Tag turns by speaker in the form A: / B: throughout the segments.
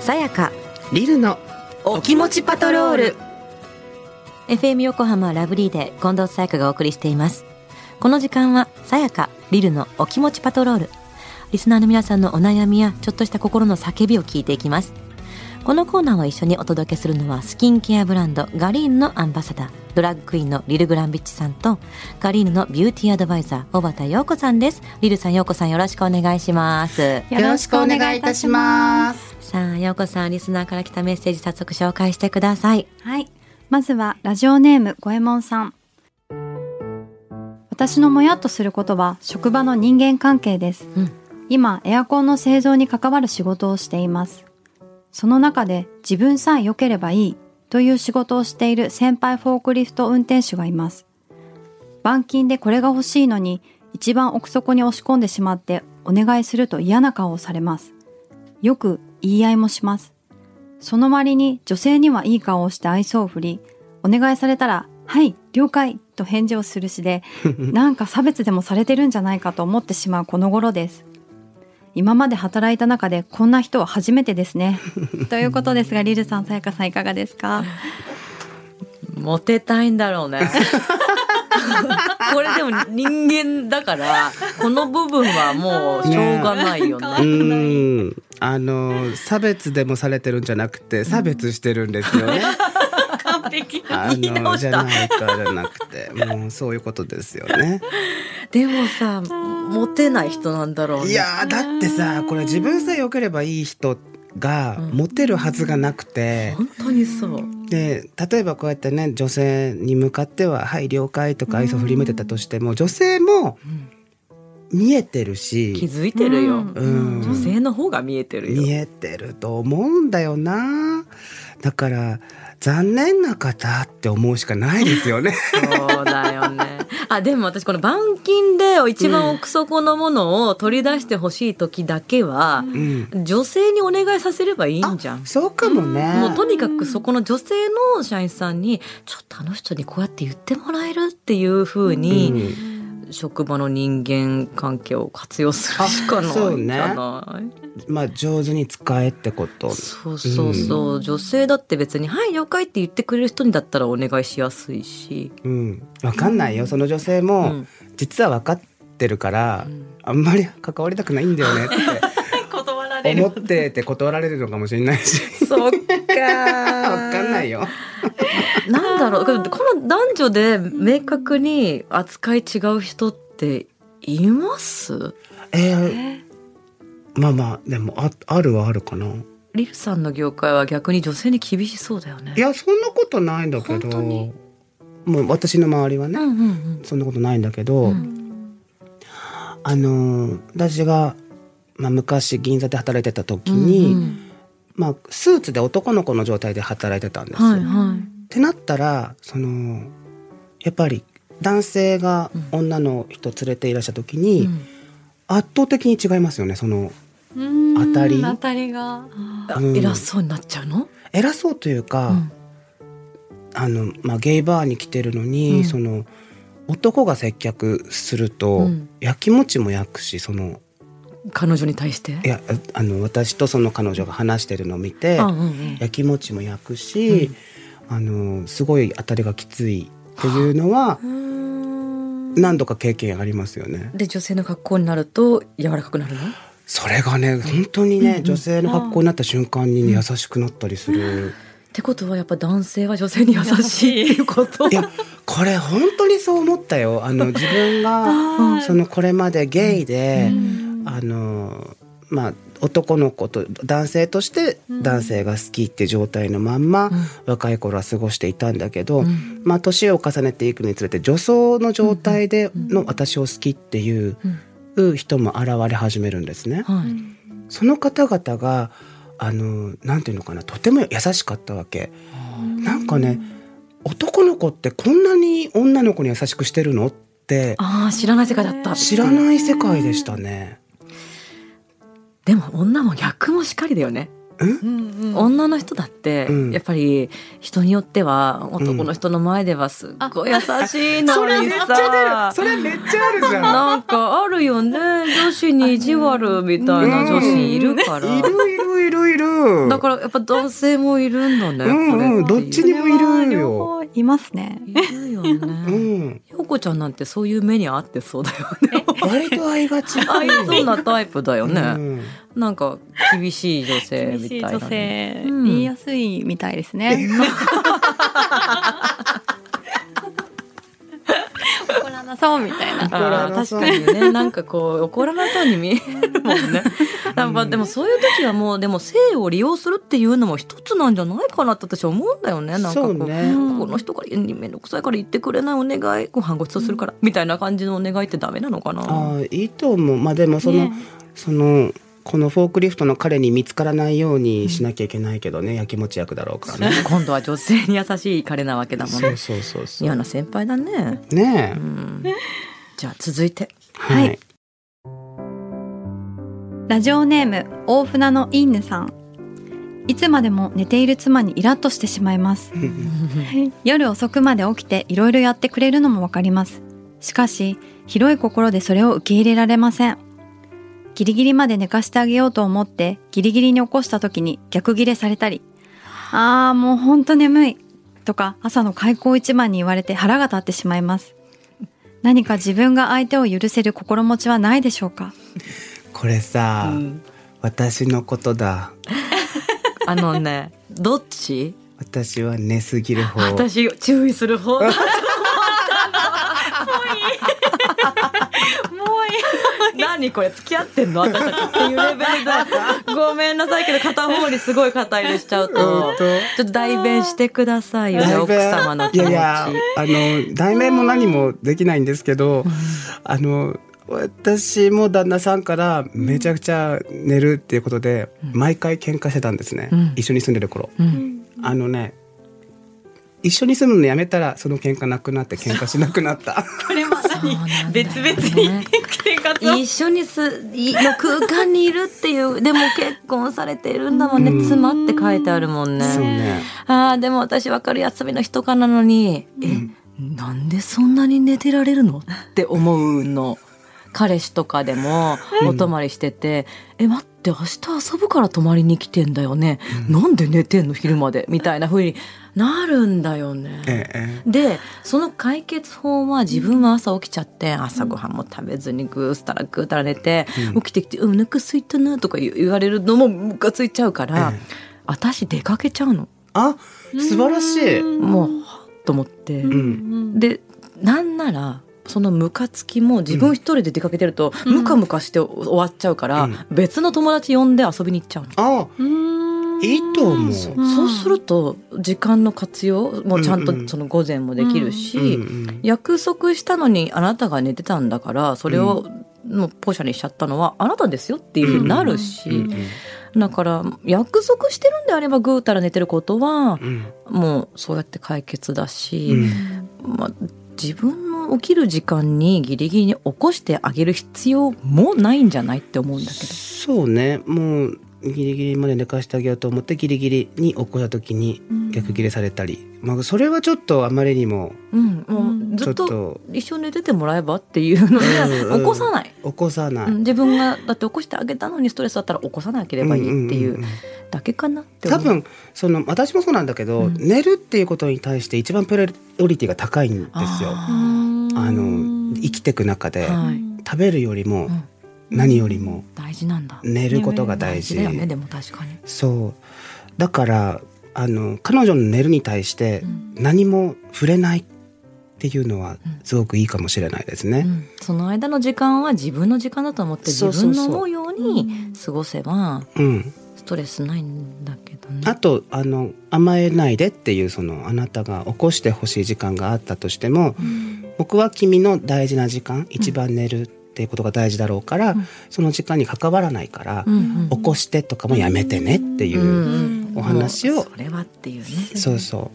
A: さやかリルのお気持ちパトロール
B: FM 横浜ラブリーで近藤沙耶香がお送りしていますこの時間はさやかリルのお気持ちパトロールリスナーの皆さんのお悩みやちょっとした心の叫びを聞いていきますこのコーナーを一緒にお届けするのはスキンケアブランドガリーンのアンバサダードラッグクイーンのリル・グランビッチさんとガリーンのビューティーアドバイザー小畑陽子さんですリルさん陽子さんよろしくお願いします
C: よろしくお願いいたします。
B: さあ陽子さんリスナーから来たメッセージ早速紹介してください
D: はい。まずはラジオネーム五右衛門さん。私のもやっとすることは職場の人間関係です。
B: うん
D: 今エアコンの製造に関わる仕事をしています。その中で自分さえ良ければいいという仕事をしている先輩フォークリフト運転手がいます。板金でこれが欲しいのに一番奥底に押し込んでしまってお願いすると嫌な顔をされます。よく言い合いもします。その割に女性にはいい顔をして愛想を振り、お願いされたら、はい、了解と返事をするし で、なんか差別でもされてるんじゃないかと思ってしまうこの頃です。今まで働いた中でこんな人は初めてです ね。ということですが、リルさん、さやかさんいかがですか
B: モテたいんだろうね。これでも人間だからこの部分はもうしょうがないよ
C: ね
B: ね
C: え。
A: うんあの差別でもされてるんじゃなくて差別してるんですよね、
B: 完璧
A: あ
B: 言い直
A: のじ
B: し
A: ゃ
B: た。
A: ないかじゃなくてもうそういうことですよね
B: でもさ、モテない人なんだろうね。
A: いやーだってさこれ自分さえ良ければいい人が
B: うん
A: モテるはずがなくて、
B: 本当にそう。
A: で例えばこうやってね女性に向かっては「はい了解」とか愛想振り向いてたとしても女性も見えてる
B: 気
A: し、
B: づいてるよ。
D: うん
A: うん、
B: 女性の方が見えてる
A: 見
B: よ。
A: えてると思うんだよなだから残念な方って思うしかないです よね
B: そうだよね。あでも私この板金で一番奥底のものを取り出してほしい時だけは、
A: うん
B: 女性にお願いさせればいいんじゃん。
A: そうかもね
B: もうとにかくそこの女性の社員さんにちょっとあの人にこうやって言ってもらえるっていうふう
A: う
B: に
A: ん
B: 職場の人間関係を活用するしかない
A: あ
B: じ
A: そう
B: ゃ
A: ね
B: ない。
A: まあ上手に使えってこと
B: そうそうそう、女性だって別に「はい了解」って言ってくれる人にだったらお願いしやすいし。
A: うんわかんないよその女性
B: う
A: も
B: ん
A: 実は分かってるから、
B: うん
A: あんまり関わりたくないんだよね っ
B: 断ら
A: て思ってて断られるのかもしれな いし
B: そっか
A: わかんないよ
B: なんだろうこの男女で明確に扱い違う人っています
A: えー、まあまあでもああるはあるかな
B: リルさんの業界は逆に女性に厳しそうだよね
A: い。やそんなことないんだけ
B: 本当
A: ど
B: に
A: もう私の周りは
B: う
A: ね、
B: んうんうん
A: そんなことないんだけど、
B: うん
A: あのー私が、まあ、昔銀座で働いてた時に、
B: うんうん
A: まあ、スーツで男の子の状態で働いてたんですよ。
B: はい
A: っ
B: はい。
A: てなったらそのやっぱり男性が女の人連れていらした時に、
B: うん
A: 圧倒的に違いますよねその当たり
D: 当たりが。
B: あ
A: うん
B: 偉そうになっちゃうの？
A: 偉そうというか、あのまあ、ゲイバーに来てるのに、
B: うん
A: その男が接客すると、
B: うん
A: やきもちも焼くしその
B: うん彼女に対して
A: い。やああの私とその彼女が話してるのを見て、
B: あうんうん
A: やきもちも焼くし、あのすごい当たりがきついっていうのは
B: うん
A: 何度か経験ありますよね。
B: で女性の格好になると柔らかくなるの？
A: それがね本当にね、
B: うん
A: 女性の格好になった瞬間に、ね優しくなったりする。
B: ってことはやっぱ男性は女性に優しいっていうこと
A: い。やこれ本当にそう思ったよ。あの自分が
B: うん
A: そのこれまでゲイで、
D: うん
A: あのまあ男の子と男性として男性が好きって状態のまんま、若い頃は過ごしていたんだけど、
B: うん
A: まあ年を重ねていくにつれて女装の状態での私を好きっていう
B: うん
A: 人も現れ始めるんですね。
B: はい。
A: その方々があのなんていうのかなとても優しかったわけ。なんかね男の子ってこんなに女の子に優しくしてるのって
B: ああ知らない世界だった。
A: 知らない世界でしたね。
B: でも女も逆もしかりだよね。女の人だって
A: うん
B: やっぱり人によっては男の人の前ではすっごい優しいのにさ。
A: それめっちゃあるじゃん。
B: なんかあるよね女子に意地悪みたいな女子いるから、
A: いるいるいるいる。
B: だからやっぱ男性もいるんだね。
A: うんうん
B: これっていう
A: どっちにもいるよ。
D: 両方いますね。
B: いるよ
A: う
B: ね。
A: ん、
B: ようこちゃんなんてそういう目に合ってそうだよね。
A: 割と合いがち。
B: ああいうそうなタイプだよね。
A: うん
B: なんか厳しい女性
D: 厳
B: み
D: しい
B: たいなね、
D: 女性、
B: うん
D: 言いやすいみたいで すね。怒らなそうみたいな。
A: 怒ら
B: あー
A: な
B: 確
A: そう
B: かにねなんかこう怒らなそうに見えるもんね。やっぱでもそういう時はもうでも性を利用するっていうのも一つなんじゃないかなって私は思うんだよね。なんかこ
A: そううね。
B: うんこの人から面倒くさいから言ってくれないお願いご飯ごちそうするから、みたいな感じのお願いってダメなのかな。
A: あーいいと思う。まあでもその、
D: ね
A: そのこのフォークリフトの彼に見つからないようにしなきゃいけないけどね、やきもち役だろうからね。
B: 今度は女性に優しい彼なわけだもん
A: そ
B: ね
A: う。そうそうそ
B: 嫌
A: う。
B: な先輩だね。
A: ね
B: う
A: え、
B: ん。じゃあ続いて。
A: はい、
D: はいラジオネーム大船のインヌさん。いつまでも寝ている妻にイラッとしてしまいます。夜遅くまで起きていろいろやってくれるのもわかります。しかし、広い心でそれを受け入れられません。ギリギリまで寝かしてあげようと思って、ギリギリに起こした時に逆ギレされたり、あーもうほんと眠い、とか朝の開口一番に言われて腹が立ってしまいます。何か自分が相手を許せる心持ちはないでしょうか
A: これさ、
B: うん
A: 私のことだ。
B: あのね、どっち？
A: 私は寝すぎる方。
B: 私注意する方。
D: もう
B: 何これ付き合ってんの私たちっていうレベルでごめんなさいけど片方にすごい肩入れしちゃうと
A: うんと
B: ちょっと代弁してくださいよ
A: だい
B: 奥
A: ぶ
B: 様の気
A: い
B: 持ち
A: やいやあの題名も何もできないんですけどあの私も旦那さんからめちゃくちゃ寝るっていうことで毎回喧嘩してたんですね、
B: うん
A: 一緒に住んでる頃、
B: うん
A: あのね一緒に住むのやめたらその喧嘩なくなって喧嘩しなくなった
D: これまさ
B: そうなんだよね
D: 別々に生活を
B: 一緒にすいの空間にいるっていうでも結婚されているんだもんね
A: うん
B: 妻って書いてあるもんね
A: そうね
B: あーでも私分かる休みの日とかなのに、えなんでそんなに寝てられるのって思うの彼氏とかでもお泊まりしてて「え待って明日遊ぶから泊まりに来てんだよね、なんで寝てんの昼まで」みたいな風になるんだよね。
A: ええええ
B: でその解決法は自分は朝起きちゃって朝ごはんも食べずにぐーしたらぐーたら寝て、起きてきて「うんお腹空いたな」とか言言われるのもムカついちゃうから、
A: ええ
B: 私出かけちゃうの。
A: あ素晴らしい、
B: もうはっと思って、
A: うん、
B: でなんならそのムカつきも自分一人で出かけてると、ムカムカして終わっちゃうから、
A: うん
B: 別の友達呼んで遊びに行っちゃうの。
A: あいいと思う、
B: そうそうすると時間の活用もちゃん
A: うんう
B: と
A: ん
B: その午前もできるし、
A: うんうん
B: 約束したのにあなたが寝てたんだからそれをもうポシャにしちゃったのはあなたですよっていうふうになるし、
A: うんうん
B: だから約束してるんであればぐうたら寝てることは
A: うん
B: もうそうやって解決だし、
A: うん
B: まあ、自分の起きる時間にギリギリに起こしてあげる必要もないんじゃないって思うんだけど。
A: そうねもうギリギリまで寝かしてあげようと思ってギリギリに起こした時に逆ギレされたり、まあ、それはちょっとあまりにも
B: うん、もう
A: ち
B: ずっ
A: ょっと
B: と一緒に寝ててもらえばっていうので
A: うんうん
B: 起こさない、
A: 起こさない、
B: うん 自分がだって起こしてあげたのにストレスだったら起こさなければいいってい
A: んん
B: うん
A: ん
B: だけかなって思
A: 多
B: う
A: 分その私もそうなんだけど、
B: うん
A: 寝るっていうことに対して一番プライオリティが高いんですよあ
B: あ
A: の生きてく中で、
B: ーはい
A: 食べるよりも、
B: うん
A: 何よりも
B: 大事なんだ
A: 寝ることが大
B: 大
A: 事
B: 事だよねでも確かに
A: そうだからあの彼女の寝るに対して
B: ん
A: 何も触れないっていうのは
B: うん
A: すごくいいかもしれないです
B: う
A: ね。
B: ん、その間の時間は自分の時間だと思って自
A: そうそ
B: 分
A: うそう
B: の思うように過ごせば
A: うん、
B: ストレスないんだけどね
A: あとあの甘えないでっていうそのあなたが起こしてほしい時間があったとしても、僕は君の大事な時間一番寝るっていうことが大事だろうから、
B: うん
A: その時間に関わらないから、
B: うんうん
A: 起こしてとかもやめてねっていう、
B: うん
A: お話を
B: もうそれはっていうね
A: そうそ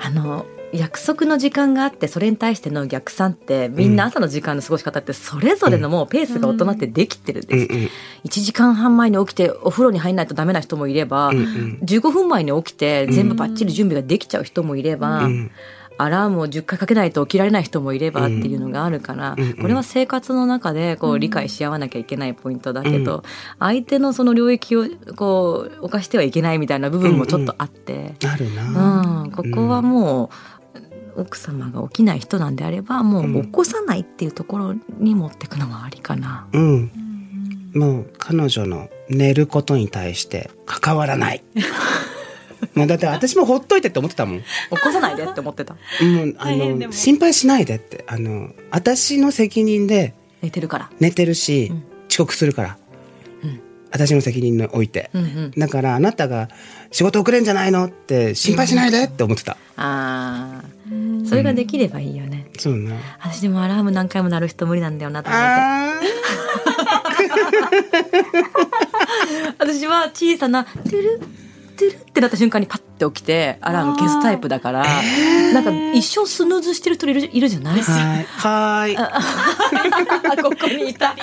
B: あの約束の時間があってそれに対しての逆算ってみんな朝の時間の過ごし方ってそれぞれのもうペースが大人ってできてるん
A: う、うん
B: です、1時間半前に起きてお風呂に入らないとダメな人もいれば、
A: うんうん
B: 15分前に起きて全部バッチリ準備ができちゃう人もいれば、
A: うん
B: アラームを10回かけないと起きられない人もいればっていうのがあるから、
A: うんうん
B: これは生活の中でこう理解し合わなきゃいけないポイントだけど、相手のその領域をこう犯してはいけないみたいな部分もちょっとあって、
A: あるな、
B: うんここはもう奥様が起きない人なんであればもう起こさないっていうところに持っていくのもありかな。
A: うん。もう彼女の寝ることに対して関わら ない。もうだって私もほっといてって思ってたもん。もう
B: 起こさないでって思ってた。
A: あの心配しないでってあの私の責任で
B: 寝てるから。
A: 寝てるし、
B: うん
A: 遅刻するから、
B: うん
A: 私の責任において、
B: うんうん。
A: だからあなたが仕事遅れんじゃないのって心配しないでって思ってた。
B: ああ、それができればいいよね。
A: そうな。
B: 私でもアラーム何回も鳴る人無理なんだよなと思って。
A: あ
B: 私は小さなトゥルトゥルってなった瞬間にパッて起きてアラーム消すタイプだから、なんか一生スヌーズしてる人いるいるじゃない？
A: ーはいは い。
B: ここにいたり。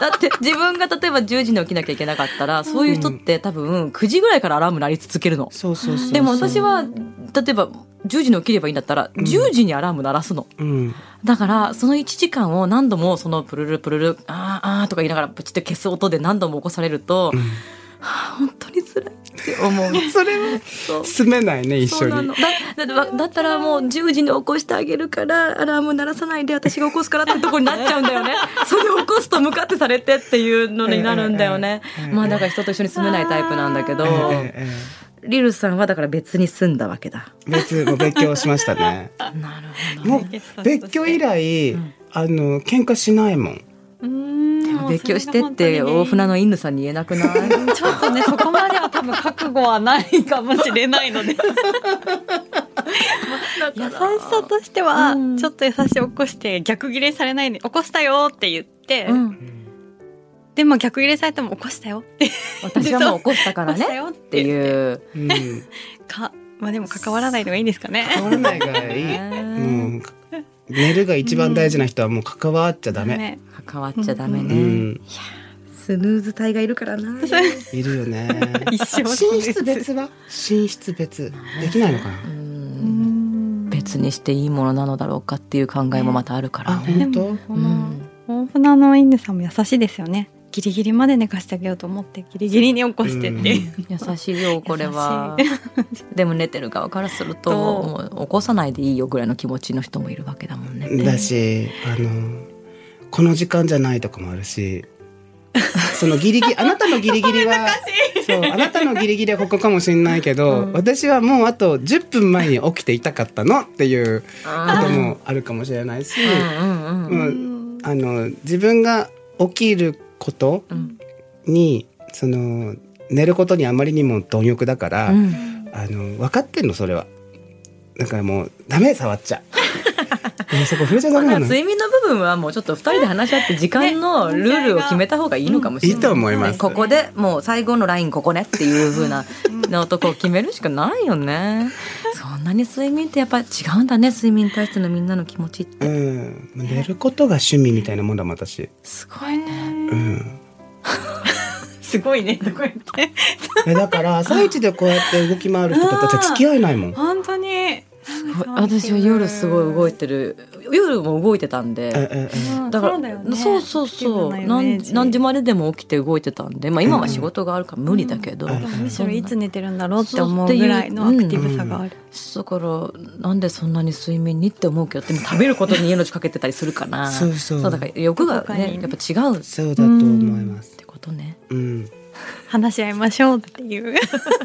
B: だって自分が例えば10時に起きなきゃいけなかったらそういう人って多分9時ぐらいからアラーム鳴り続けるの。
A: そうそうそうそう。
B: でも私、は例えば10時に起きればいいんだったら10時にアラーム鳴らすの。
A: うん、
B: だからその1時間を何度もそのプルルプルルあーあーとか言いながらプチって消す音で何度も起こされると、はあ本当に辛いって思う。
A: それは
B: そう
A: 住めないね一
B: そう
A: 緒に
B: な。のだだだったらもう10時に起こしてあげるからアラーム鳴らさないで私が起こすからってとこになっちゃうんだ よねそれを起こすと向かってされてっていうのになるんだよね
A: ええええ
B: まあだから人と一緒に住めないタイプなんだけど、
A: ええええ
B: リルさんはだから別に住んだわけだ
A: 別もう別居しましたね。
B: なるほ
A: もう別居以来、あの喧嘩しないもん。
B: ど別居してって大船の犬さんに言えなくない
E: ちょっとね、そこまでは多分覚悟はないかもしれ ないので。優しさとしては、ちょっと優しい起こして、逆ギレされないで、起こしたよって言って、
B: うん
E: でも逆ギレされても起こしたよって、起
B: 私はもう起こしたから
E: こした
B: ね
E: よっ
B: っ
E: て
B: て
E: いう。
B: いう
A: うん。
E: か、まあでも関わらないのがいいんですかね。
A: 変わらないがいい。 もう寝るが一番大事な人はもう関わっちゃダメ。
E: ね
B: 関わっちゃダメ
A: う
B: ね、
A: ん、
B: スヌーズ隊がいるからない
A: るよね。
E: 一生
A: 寝室別は寝室別できないのかな。
B: 別にしていいものなのだろうかっていう考えもまたあるか
A: あ
B: らね。
A: 本当。
E: こ
B: う
E: の
B: ん
E: 大船の犬さんも優しいですよね。ギリギリまで寝かしてあげようと思って、ギリギリに起こしてって。
B: 優しいよこれは
E: 優
B: でも寝てる側からすると
E: どう
B: もう起こさないでいいよぐらいの気持ちの人もいるわけだもんね。
A: だし、あのこの時間じゃないとかもあるし。そのギリギリあなたのギリギリはそうあなたのギリギリはここかもしれないけど、私はもうあと10分前に起きていたかったのっていうこともあるかもしれないし、
B: うんうんうん
A: うん、あの自分が起きること
B: うん
A: にその寝ることにあまりにも貪欲だから、
B: うん
A: あの分かってんのそれはだからもうダメ触っちゃもうそこ触れちゃダ
B: だ
A: メ
B: か
A: な
B: ら
A: の
B: 睡眠の部分はもうちょっと2人で話し合って時間のルールを決めた方がいいのかもしれない
A: いいと思います
B: ここでもう最後のラインここねっていう風なのとこを決めるしかないよねそんなに睡眠ってやっぱ違うんだね睡眠に対してのみんなの気持ちって
A: うん、寝ることが趣味みたいなもんだもん私、
B: すごいね
A: うん、
E: すごいね、とか言って。
A: えだから朝一でこうやって動き回る人たちは付き合えないもん
E: 本当に。
B: 私は夜すごい動いてる夜も動いてたんで、
A: えええ
B: だから
E: そうだよね
B: そうそうそう
E: アクティブなイメ
B: 何
E: ージ
B: 何時まででも起きて動いてたんで、まあ、今は仕事があるから無理だけど、
A: うん
E: むしろいつ寝てるんだろうって思うぐらいのアクティブさがある。
B: だからなんでそんなに睡眠にって思うけどでも食べることに命かけてたりするかな
A: そうそう
B: だから欲が
E: どこか
B: ね
E: に
B: やっぱ違うっ
A: そうだと思います
B: てこ とね
A: うん、
E: 話し合いましょうっていう。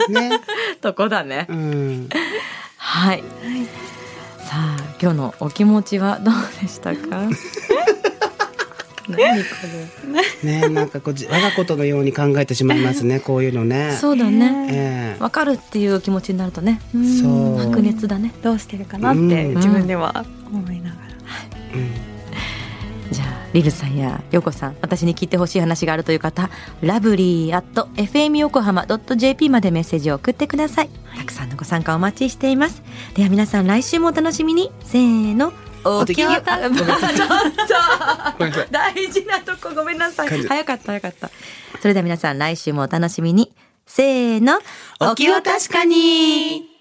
A: ね、
B: とこだね
A: うん、
B: はい、さあ今日のお気持ちはどうでした か何こ
A: ねなんかこうじ我がことのように考えてしまいます ねこういうの
B: れ
A: ね
B: そうだね
A: ええ
B: わかるっていう気持ちになるとね
A: そう
B: 白熱だね
E: どうしてるかなって
A: うん
E: 自分では思いながら。
B: じゃあリルさんやヨコさん私に聞いてほしい話があるという方ラブリー at fm 横浜 .jp までメッセージを送ってください、たくさんのご参加お待ちしていますでは皆さん来週もお楽しみにせーのお
A: きよ
B: ちょっと
A: ごめんなさい
B: 大事なとこごめんなさ
A: 感
B: い
A: じ
B: 早かった早かったそれでは皆さん来週もお楽しみにせーの
A: お気を
B: 確かに